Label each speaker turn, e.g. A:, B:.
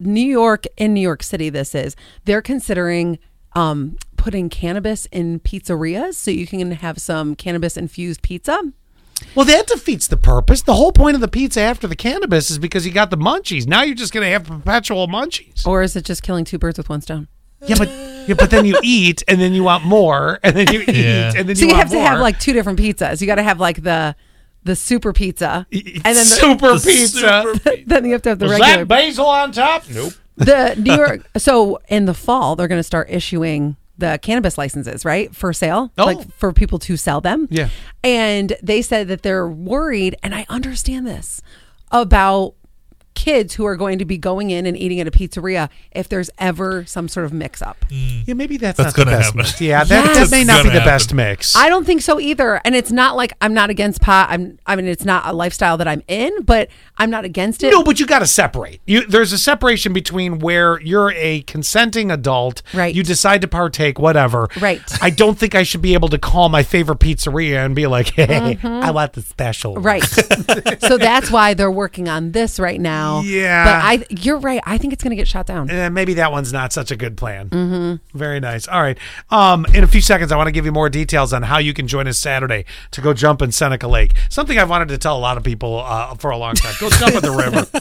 A: New York and New York City, this is, they're considering um, putting cannabis in pizzerias so you can have some cannabis infused pizza.
B: Well, that defeats the purpose. The whole point of the pizza after the cannabis is because you got the munchies. Now you're just going to have perpetual munchies.
A: Or is it just killing two birds with one stone?
B: Yeah, but yeah, but then you eat and then you want more and then you eat
C: Yeah.
B: and then
A: So
B: you,
A: you
B: want
A: have to have
B: more.
A: like two different pizzas. You got to have like the the super pizza, and then the,
B: super
C: The
B: pizza.
C: super
A: then you have to have the
B: Was
A: regular.
B: that basil on top? Nope.
A: the New York. So in the fall, they're going to start issuing the cannabis licenses, right, for sale,
B: Oh.
A: like for people to sell them.
B: Yeah.
A: And they said that they're worried, and I understand this about kids who are going to be going in and eating at a pizzeria if there's ever some sort of mix up.
B: Yeah, maybe that's,
C: That's
B: not the
C: gonna
B: best
C: happen.
B: mix. Yeah, that,
A: Yes.
B: that may not be
C: That's
B: the
C: gonna
B: best
C: happen.
B: mix.
A: I don't think so either. And it's not like I'm not against pot. I'm I mean it's not a lifestyle that I'm in, but I'm not against it.
B: No, but you got to separate. You, there's a separation between where you're a consenting adult,
A: Right.
B: You decide to partake, whatever,
A: Right.
B: I don't think I should be able to call my favorite pizzeria and be like, "Hey, I want the special." one."
A: Mm-hmm. Right. so that's why they're working on this right now.
B: Yeah.
A: But I you're right. I think it's going to get shot down.
B: Eh, maybe that one's not such a good plan. Mm-hmm. Very nice. All right. Um, in a few seconds, I want to give you more details on how you can join us Saturday to go jump in Seneca Lake. Something I've wanted to tell a lot of people uh, for a long time. Go jump in the river.